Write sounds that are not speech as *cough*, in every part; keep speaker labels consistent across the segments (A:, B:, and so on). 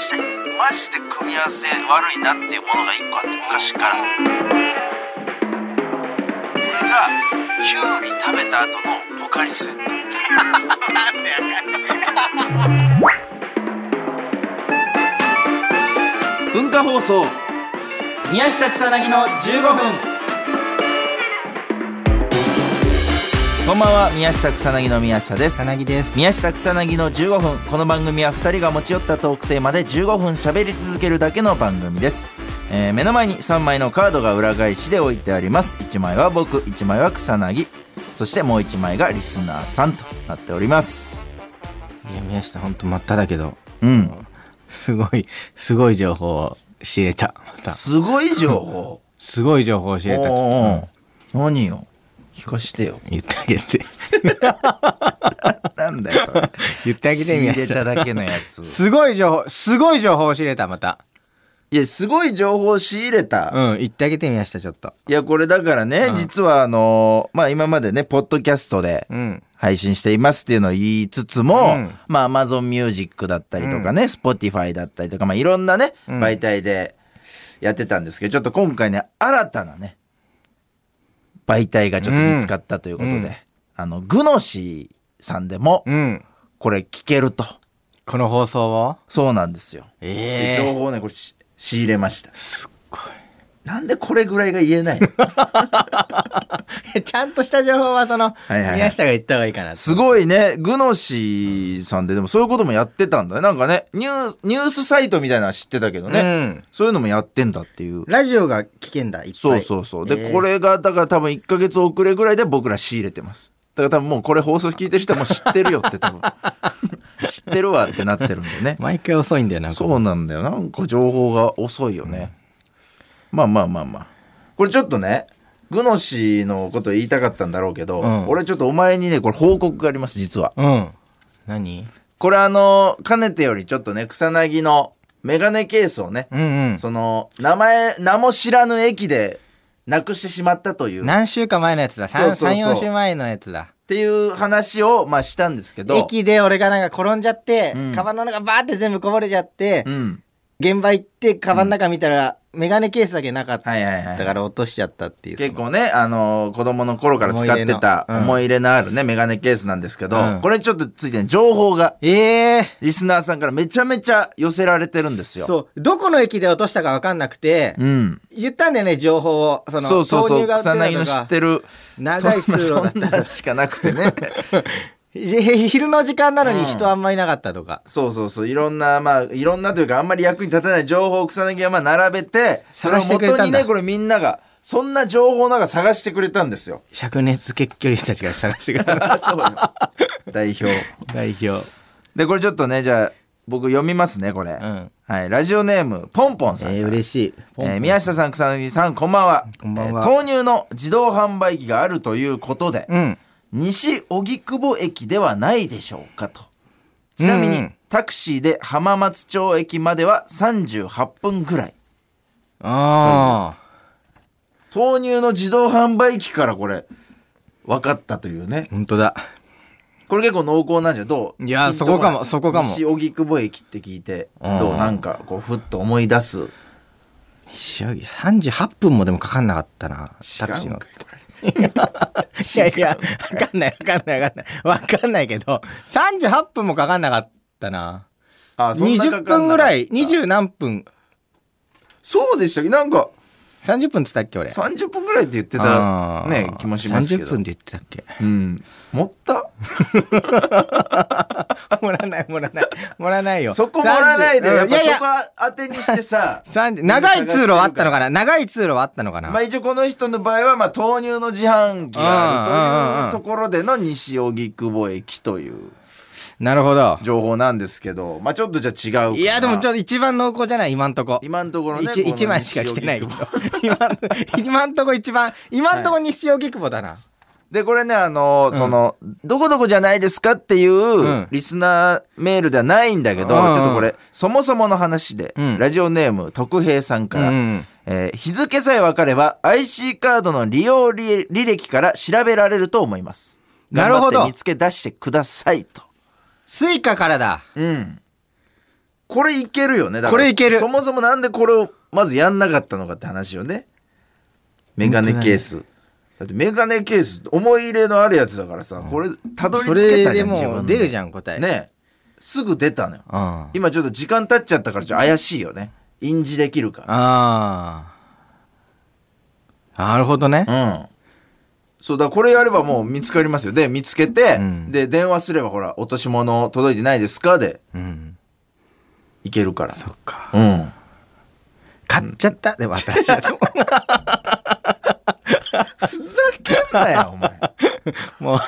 A: マジで組み合わせ悪いなっていうものが一個あって昔からこれがキュウリ食べた後のポカリスエットなんでやかん
B: 文化放送宮下草薙の15分
A: こんばんは宮下草薙の宮下です
B: 草薙です
A: 宮下草薙の15分この番組は2人が持ち寄ったトークテーマで15分喋り続けるだけの番組です、えー目の前に3枚のカードが裏返しで置いてあります1枚は僕1枚は草薙そしてもう1枚がリスナーさんとなっております
B: いや宮下ほんと真っ只だけど
A: うん
B: すごいすごい情報を知れたまた
A: すごい情報
B: すごい情報を知れたちょっと
A: おー何よ聞かしてよ
B: 言ってあげ
A: *laughs*
B: て
A: なんだよそ *laughs* れ
B: 言ってあげて宮
A: 仕入れた
B: 下
A: だけのやつ
B: すごい情報すごい情報を知れたまた
A: *laughs* いやすごい情報を仕入れた
B: うん言ってあげて宮下ちょっと
A: いや、これだからね、実はあのまあ今までね、ポッドキャストで
B: うん
A: 配信していますっていうのを言いつつも、
B: うん
A: まあ Amazon Music だったりとかね、Spotify だったりとか、まあいろんなね、
B: ん
A: 媒体でやってたんですけど、ちょっと今回ね、新たなね、媒体がちょっと見つかったということで、
B: うんうん
A: あの、グノシーさんでも、
B: うん
A: これ聞けると。
B: この放送を
A: そうなんですよ。
B: え
A: 情報をね、これし仕入れました。
B: すっご
A: なんでこれぐらいが言えないの *laughs*
B: い *laughs* ちゃんとした情報はその、
A: いはいはい
B: 宮下が言った方がいいかな
A: すごいね。グノシーさんででもそういうこともやってたんだね。なんかね、ニューニュースサイトみたいなのは知ってたけどね、
B: うん
A: そういうのもやってんだっていう。
B: ラジオが聞けんだいっぱい
A: そうそうそう。で、
B: えー
A: これがだから多分1ヶ月遅れぐらいで僕ら仕入れてます。だから多分もうこれ放送聞いてる人はもう知ってるよって
B: *laughs*
A: 多分。知ってるわってなってるんでね。
B: 毎回遅いんだよな
A: そうなんだよ。なんか情報が遅いよね。まあまあまあまあ。これちょっとね、グノシーのこと言いたかったんだろうけど、
B: うん
A: 俺ちょっとお前にね、これ報告があります、実は。
B: うん何
A: これあのかねてよりちょっとね草薙のメガネケースをね、
B: うんうん
A: その名前名も知らぬ駅でなくしてしまったというっ
B: 何週か前のやつだ
A: そうそうそう
B: 34週前のやつだ
A: ていう話をまあしたんですけど
B: 駅で俺がなんか転んじゃって、
A: うん
B: カバンの中バーって全部こぼれちゃって、
A: うん
B: 現場行ってカバンの中見たら、メガネケースだけなかった、
A: はいはいはい
B: だから落としちゃったっていう
A: 結構ね、あの子供の頃から使ってた
B: 思い入れのうん
A: 思い入れのあるね、メガネケースなんですけど、
B: うん
A: これちょっとついてね情報が
B: ええ
A: リスナーさんからめちゃめちゃ寄せられてるんですよ。
B: そうどこの駅で落としたか分かんなくて、
A: うん、
B: 言ったんだよね情報をその
A: そうそう
B: 豆
A: そう
B: 乳
A: 草
B: が売ってた
A: 薙
B: と
A: の知っ
B: か
A: てる
B: 長い通路だ
A: そ
B: っ
A: んなのしかなくてね。
B: た昼の時間なの
A: うん
B: に人あんまいなかったとか、
A: そうそうそういろんなまあいろんなというかあんまり役に立たない情報を草薙がまあ並べてそれを
B: 探してくれ
A: 元
B: た
A: に
B: んだ
A: ねこれみんながそんな情報なんか探してくれたん
B: *laughs*
A: ですよ。
B: 灼熱結距離たちが探してくれた
A: あそうよ *laughs* 代表
B: 代表
A: でこれちょっとねじゃあ僕読みますねこれ、
B: ん
A: はいラジオネームポンポン
B: え
A: さんから、
B: ー、嬉しい
A: えー宮下さん草薙さんこんばんは
B: こんばんは
A: えー豆乳の自動販売機があるということで、
B: うん
A: 西荻窪駅ではないでしょうかとちなみに、
B: うん
A: タクシーで浜松町駅までは38分ぐらい
B: あ
A: 豆乳の自動販売機からこれ分かったというね
B: あ本当だ
A: これ結構濃厚なんじゃどうい
B: いやそこかもそこかも
A: 西荻窪駅って聞いて
B: うん
A: どうなんかこうふっと思い出す
B: 西荻38分もでもかかんなかったなタクシーの *laughs* いやいや、わかんないわかんないわかんない。わかんないけど、38分もかかんなかったな。
A: あそんなかかんな
B: 20
A: かった
B: 分ぐらい、20何分、
A: そうでしたっけなんか
B: 30分っつったっけ俺。
A: 30分ぐらいって言って
B: あ
A: た
B: ー
A: ね気もしますけど
B: 30分で言ってたっけ *laughs*
A: うん持った
B: もらない、もらない。もらないよ。
A: そこもらないで、
B: 30
A: やっ
B: い
A: ぱ
B: やい
A: そこ
B: や、、
A: は当てにしてさ
B: 30長 *laughs* い通路はあったのかな長い通路はあったのかな
A: まあ一応この人の場合は、まあ豆乳の自販機があるというところでの西荻窪駅という
B: なるほど。
A: 情報なんですけど、まあちょっとじゃあ違うかない
B: や、でもちょっと一番濃厚じゃない今んとこ。
A: 今のところね、
B: 一
A: この
B: 一枚しか来てないけ
A: 西
B: ど
A: 荻窪
B: 今ん今んとこ一番今んとこ西荻窪だな、
A: *laughs* で、これね、あのーその、どこどこじゃないですかっていうんリスナーメールではないんだけど、
B: うんうん
A: ちょっとこれ、そもそもの話で、
B: うん
A: ラジオネーム徳平さんから、
B: うん
A: えー日付さえ分かれば IC カードの利用履履歴から調べられると思います。
B: なるほど
A: 頑張って見つけ出してくださいと。
B: スイカからだ
A: うん。これいけるよねだから
B: これいける
A: そもそもなんでこれをまずやんなかったのかって話よねメガネケースだってメガネケース思い入れのあるやつだからさこれたどり
B: そ
A: 着け
B: れ
A: たじ
B: で
A: ゃん自
B: も
A: 分
B: う
A: で
B: 出るじゃん、答え。。
A: ねすぐ出たのよ
B: あ
A: 今ちょっと時間経っちゃったからちょっと怪しいよね印字できるか
B: あー。なるほどね。
A: うんそうだこれやればもう見つかりますよで見つけて、
B: うん
A: で電話すればほら落とし物届いてないですかで
B: うん。
A: いけるから
B: そっか。
A: うん
B: 買っちゃった。でも新しいやつも。
A: ふざけんなよお前
B: *laughs* も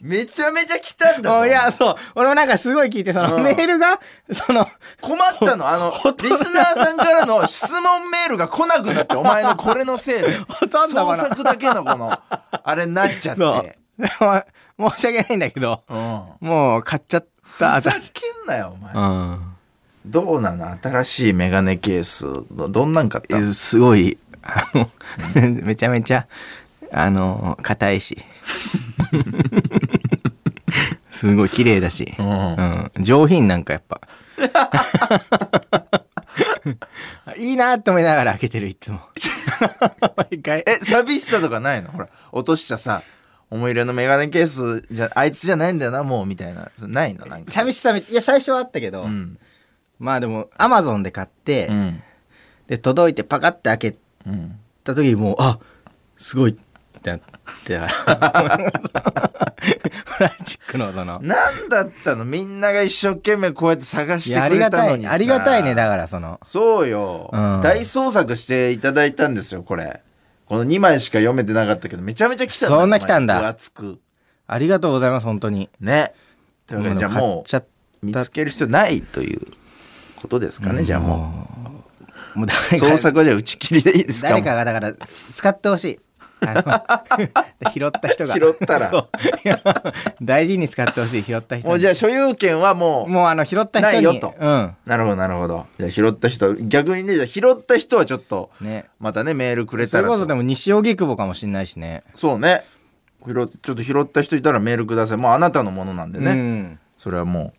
A: めちゃめちゃ来たん
B: う、
A: だ
B: も
A: ぞ
B: ういや、そう。俺もなんかすごい聞いて、その
A: うん
B: メールが、その、
A: 困ったのあのリスナーさんからの質問メールが来なくなってお前のこれのせいで
B: ほとんど
A: 創
B: かな
A: 作だけのこのあれになっちゃって、
B: そうう。申し訳ないんだけど、
A: ん、
B: もう買っちゃっ
A: ふ
B: た。
A: ざ
B: 新しい
A: けんなよお前
B: うん。
A: どうなの新しいメガネケースのどんなん買ったの
B: えすごい、あの、 *laughs* めちゃめちゃ、あの、硬い
A: *laughs*
B: し。すごい綺麗だし。うん、上品なんかやっ
A: *laughs*
B: ぱ。いいなって思いながら開けてるいつも。毎回。
A: え寂しさとかないのほら落としたさ思い入れのメガネケースじゃあいつじゃないんだよなもうみたいなそないのなんか
B: 寂しさめ、いや最初はあったけど、
A: うん
B: まあでも、アマゾンで買って、
A: うん
B: で、届いてパカって開け
A: うん
B: た時にもう、あすごいってな *laughs* ってたから。プラスチックのその。
A: なんだったのみんなが一生懸命こうやって探し
B: い
A: て
B: やあ
A: く
B: り
A: れ
B: が
A: た
B: た
A: の
B: い
A: に
B: ね
A: さ
B: ありがたいねだからその
A: そうよ、
B: うん
A: 大捜索していただいたんですよこれこの2枚しか読めてなかったけどめちゃめちゃ来た
B: そんな来たんだ
A: 分厚く
B: ありがとうございます本当に
A: ねというわけでじゃあ
B: 買っ
A: も
B: ちゃっ
A: う見つける必要ないということですかね、じゃあもう
B: うもう誰か
A: 創作はじゃあ打ち切りでいいですか
B: 誰かがだから使ってほしいあの *laughs* 拾った人が
A: 拾ったら
B: そういや *laughs* 大事に使ってほしい拾った人に
A: もうじゃあ所有権はもう
B: もうあの拾った人に
A: ないよと
B: うん
A: なるほどなるほどじゃあ拾った人逆にねじゃあ拾った人はちょっと
B: ね
A: またねメールくれ
B: そ
A: た
B: れ
A: らと
B: こそでも西荻窪かもしんないしね
A: そうね拾っちょっと拾った人いたらメールくださいもうあなたのものなんでね、
B: うん
A: それはもう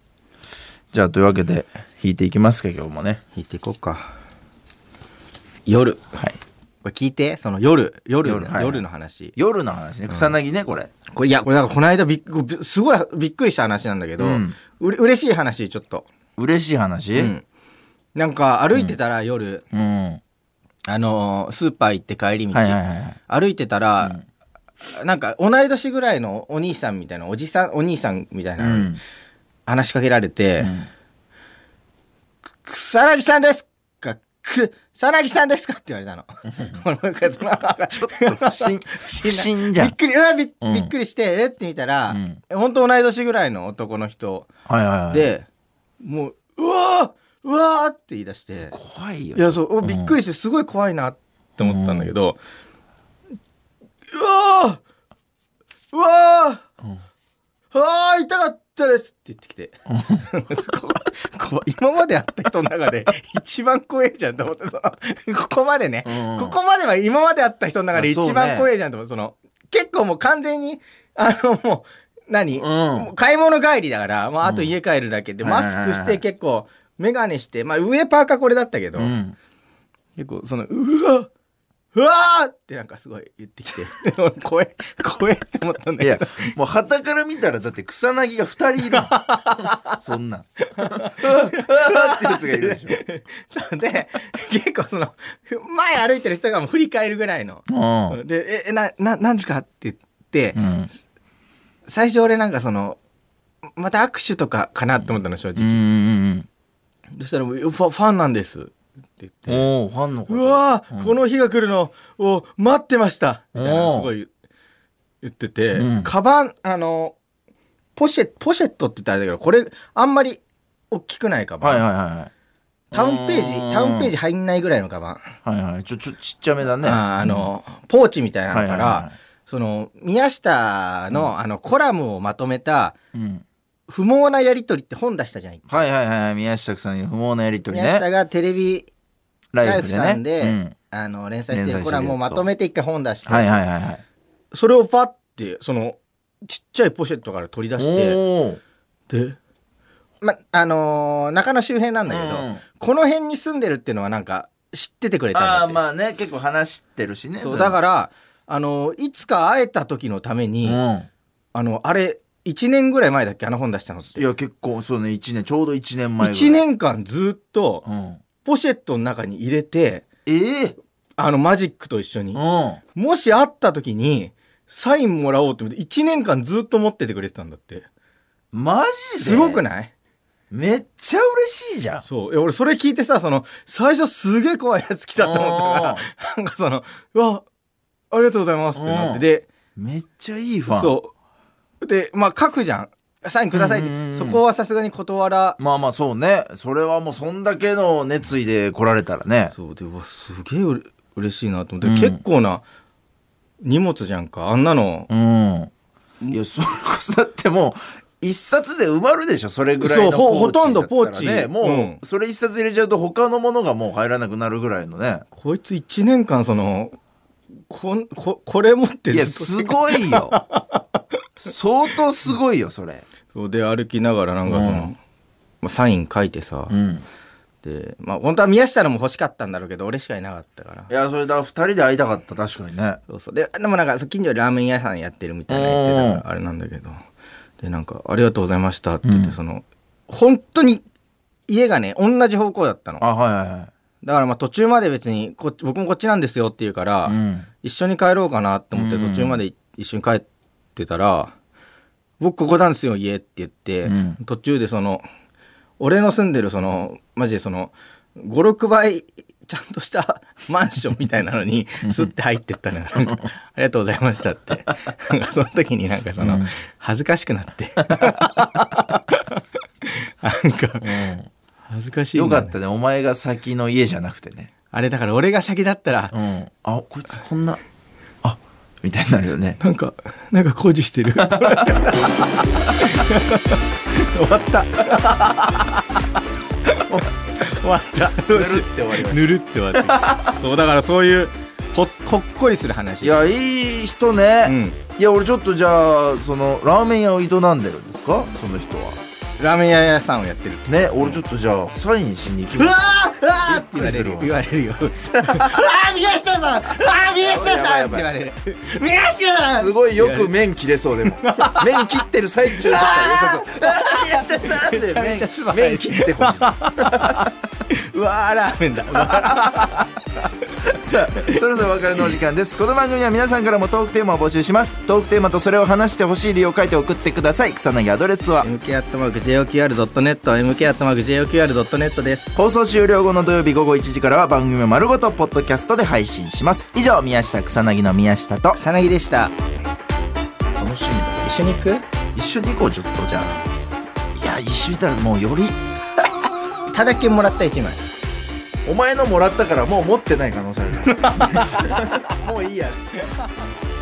A: じゃあというわけで弾いていきますか今日もね
B: 引いていこうか夜
A: はい
B: これ聞いてその夜夜
A: 夜はい
B: 夜の話
A: 夜の話ね草薙ね、これ
B: これいやこれなんかこの間びっくびすごいびっくりした話なんだけど、
A: う
B: うんれ嬉しい話ちょっと、
A: 嬉しい話う、
B: うんんなんか歩いてたら夜、あのースーパー行って帰り道、
A: はいはいはい
B: 歩いてたら、なんか同い年ぐらいのお兄さんみたいなおじさんお兄さんみたいうな、
A: ん
B: 話しかけられて
A: ん
B: 「く草薙さんですかく草薙さんですか?」って言われたの。 *laughs* 俺なんかその
A: ちょっと不
B: *laughs*
A: 審不審じゃ
B: び
A: ん
B: っくりうわびっ
A: うん
B: びっくりして、えって見たら、
A: うん
B: 本当同い年ぐらいの男の人
A: はいはいはい
B: で、もう「うわーうわ!」って言い出して
A: 怖いよ
B: いやそうおびっくりしてすごい怖いなって思ったんだけど「うわーうわー、あー痛かったです」って言ってきて *laughs* 怖い怖い今まで会った人の中で一番怖いじゃんと思ってそのここまでね、
A: うん
B: ここまでは今まで会った人の中で一
A: まあそう
B: 番
A: ね
B: 怖いじゃんと思ってその結構もう完全にあのもう何、
A: うん
B: もう買い物帰りだから、まあ、あと家帰るだけで、
A: うん
B: マスクし
A: はいはいはいは
B: て
A: い
B: 結構眼鏡して、まあ、上パーカーこれだったけど、
A: うん
B: 結構そのうわうわーってなんかすごい言ってき *laughs* て怖え怖えって思ったんだ
A: い
B: け
A: や
B: ど、
A: もう旗から見たらだって草薙が二人いるもん *laughs* そんなん。うわってやつがいるでしょ。
B: で結構その前歩いてる人がもう振り返るぐらいの、
A: う
B: で「えなななんですか?」って言って、
A: ん。
B: 最初俺なんかそのまた握手とかかなって思ったの正
A: う
B: 直、
A: ん。
B: そしたらもうファ「ファンなんです」って言って。
A: おお、ファンの方。
B: うわー、この日が来るのを待ってましたみたいな
A: おー
B: すごい言ってて、
A: うん
B: カバンあのポシェポシェットって言ったらあれだけどこれあんまり大きくないカバン、
A: はいはいは
B: タウンページ
A: うん
B: タウンページ入んないぐらいのカバ
A: い。
B: ン、
A: はいはい。ちょ、ちょ、ちっちゃめだね。
B: あーあのポーチみたいなの
A: は
B: か
A: い
B: ら、
A: はいは
B: その宮下の,、あのコラムをまとめた
A: い。うん。
B: 不毛なやり取りって本出したじゃん、
A: はいはいはい。宮下さんに不毛なやりとり
B: 宮下
A: ね。
B: がテレビ
A: ラ
B: ラ
A: イ
B: イ
A: フ
B: フ
A: で
B: さ
A: ね
B: んで。
A: うん
B: あの連載して
A: 連載
B: る
A: してる
B: コラムをまとめて一回本出して、
A: はいはいはいはい。
B: それをパッてそのちっちゃいポシェットから取り出して
A: お
B: でま、あのー中野周辺なんだけど、
A: うん
B: この辺に住んでるっていうのはなんか知っててくれたんだ
A: あ
B: っ
A: あ
B: て
A: まあね結構話してるしね
B: そうだから、あのいつか会えた時のために、
A: うん
B: あのあれ1年ぐらい前だっけあの本出したのっ
A: い
B: て
A: や結構そうね1年ちょうど1年前ぐらい
B: 1年間ずっと
A: うん
B: ポシェットの中に入れて
A: ええ
B: あのマジックと一緒に
A: うん
B: もし会った時にサインもらおうって思って1年間ずっと持っててくれてたんだって
A: マジです
B: ごくない
A: めっちゃ嬉しいじゃん
B: そういや俺それ聞いてさその最初すげえ怖いやつ来たと思ったからなんかその「うわありがとうございます」ってなっ
A: うん
B: てで
A: めっちゃいいファン
B: そうでまあ書くじゃんサインくださいって、
A: うんうんうん
B: そこはさすがに断ら
A: まあまあそうねそれはもうそんだけの熱意で来られたらね
B: そうでうわすげえうれ嬉しいなと思
A: うん
B: って、結構な荷物じゃんかあんなの
A: うんいやそれこそだってもう一冊で埋まるでしょそれぐらいの
B: そうほ
A: ポーチだったら
B: ほとんどポーチ
A: ねもう、
B: うん
A: それ一冊入れちゃうと他のものがもう入らなくなるぐらいの
B: *laughs*
A: ね
B: こいつ1年間そのこんここれ持って
A: い
B: ずっ
A: や
B: と
A: すごいよ相当すごいよそれ
B: そうで歩きながらなんかその、
A: うん
B: まあサイン書いてさ、
A: ん
B: でまあ本当は宮下のも欲しかったんだろうけど俺しかいなかったから
A: いやそれだ2人で会いたかった確かにね
B: そうそうででもなんかそう近所でラーメン屋さんやってるみたいな言ってたからあれなんだけどでなんか「ありがとうございました」って言って、
A: うん
B: その本当に家がね同じ方向だったの
A: あはいはいはい
B: だからまあ途中まで別にこっち僕もこっちなんですよって言うから、
A: うん
B: 一緒に帰ろうかなって思って
A: うん
B: 途中まで一緒に帰ってたら「僕ここなんですよ家」って言って、
A: うん
B: 途中でその俺の住んでるそのマジでその56倍ちゃんとした *laughs* マンションみたいなのにスッて入ってったのよなんか「ありがとうございました」ってなんかその時になんかその、
A: うん
B: 恥ずかしくなって
A: *laughs*
B: なんか恥ずかしいな
A: よかったねお前が先の家じゃなくてね
B: あれだから俺が先だったら
A: うんあこいつこんなあみたいになるよね
B: なんか、なんか工事してる。終わった。終わった。どうしよ
A: ぬるって終わりまし
B: うぬるって終わった。そう、だからそういう、ほほっこりする話。
A: いやいい人
B: う
A: ね、
B: ん。
A: いや俺ちょっとじゃあそのラーメン屋を営んでるんですかその人は
B: ラーメン屋さんをやってるって。
A: ね俺ちょっとじゃあサインしに行き
B: う
A: ま
B: わ
A: す
B: ーうわーって
A: びっくり
B: 言わ
A: す
B: れ
A: る
B: る
A: わ
B: 言われるようわー宮下さんうわー宮下さんって言われる宮下さん
A: すごいよく麺切れそうでも麺切ってる最中だったら良さそうあーいや
B: めちゃめちゃつま
A: さん
B: ん
A: で麺
B: ない
A: 麺切ってほしい
B: うわーラーメンだ
A: さあそろそろお別れのお時間ですこの番組は皆さんからもトークテーマを募集しますトークテーマとそれを話してほしい理由を書いて送ってください草薙アドレスは
B: mk.joqr.net mk.joqr.net です
A: 放送終了後の土曜日午後1時からは番組を丸ごとポッドキャストで配信します以上宮下草薙の宮下と
B: さなぎでした
A: 楽しみだ
B: 一緒に行く
A: 一緒に行こうちょっとじゃあいや一緒にいたらもうより
B: ただけもらった1枚 *laughs*
A: *laughs* お前のもらったからもう持ってない可能性あるもういいやつ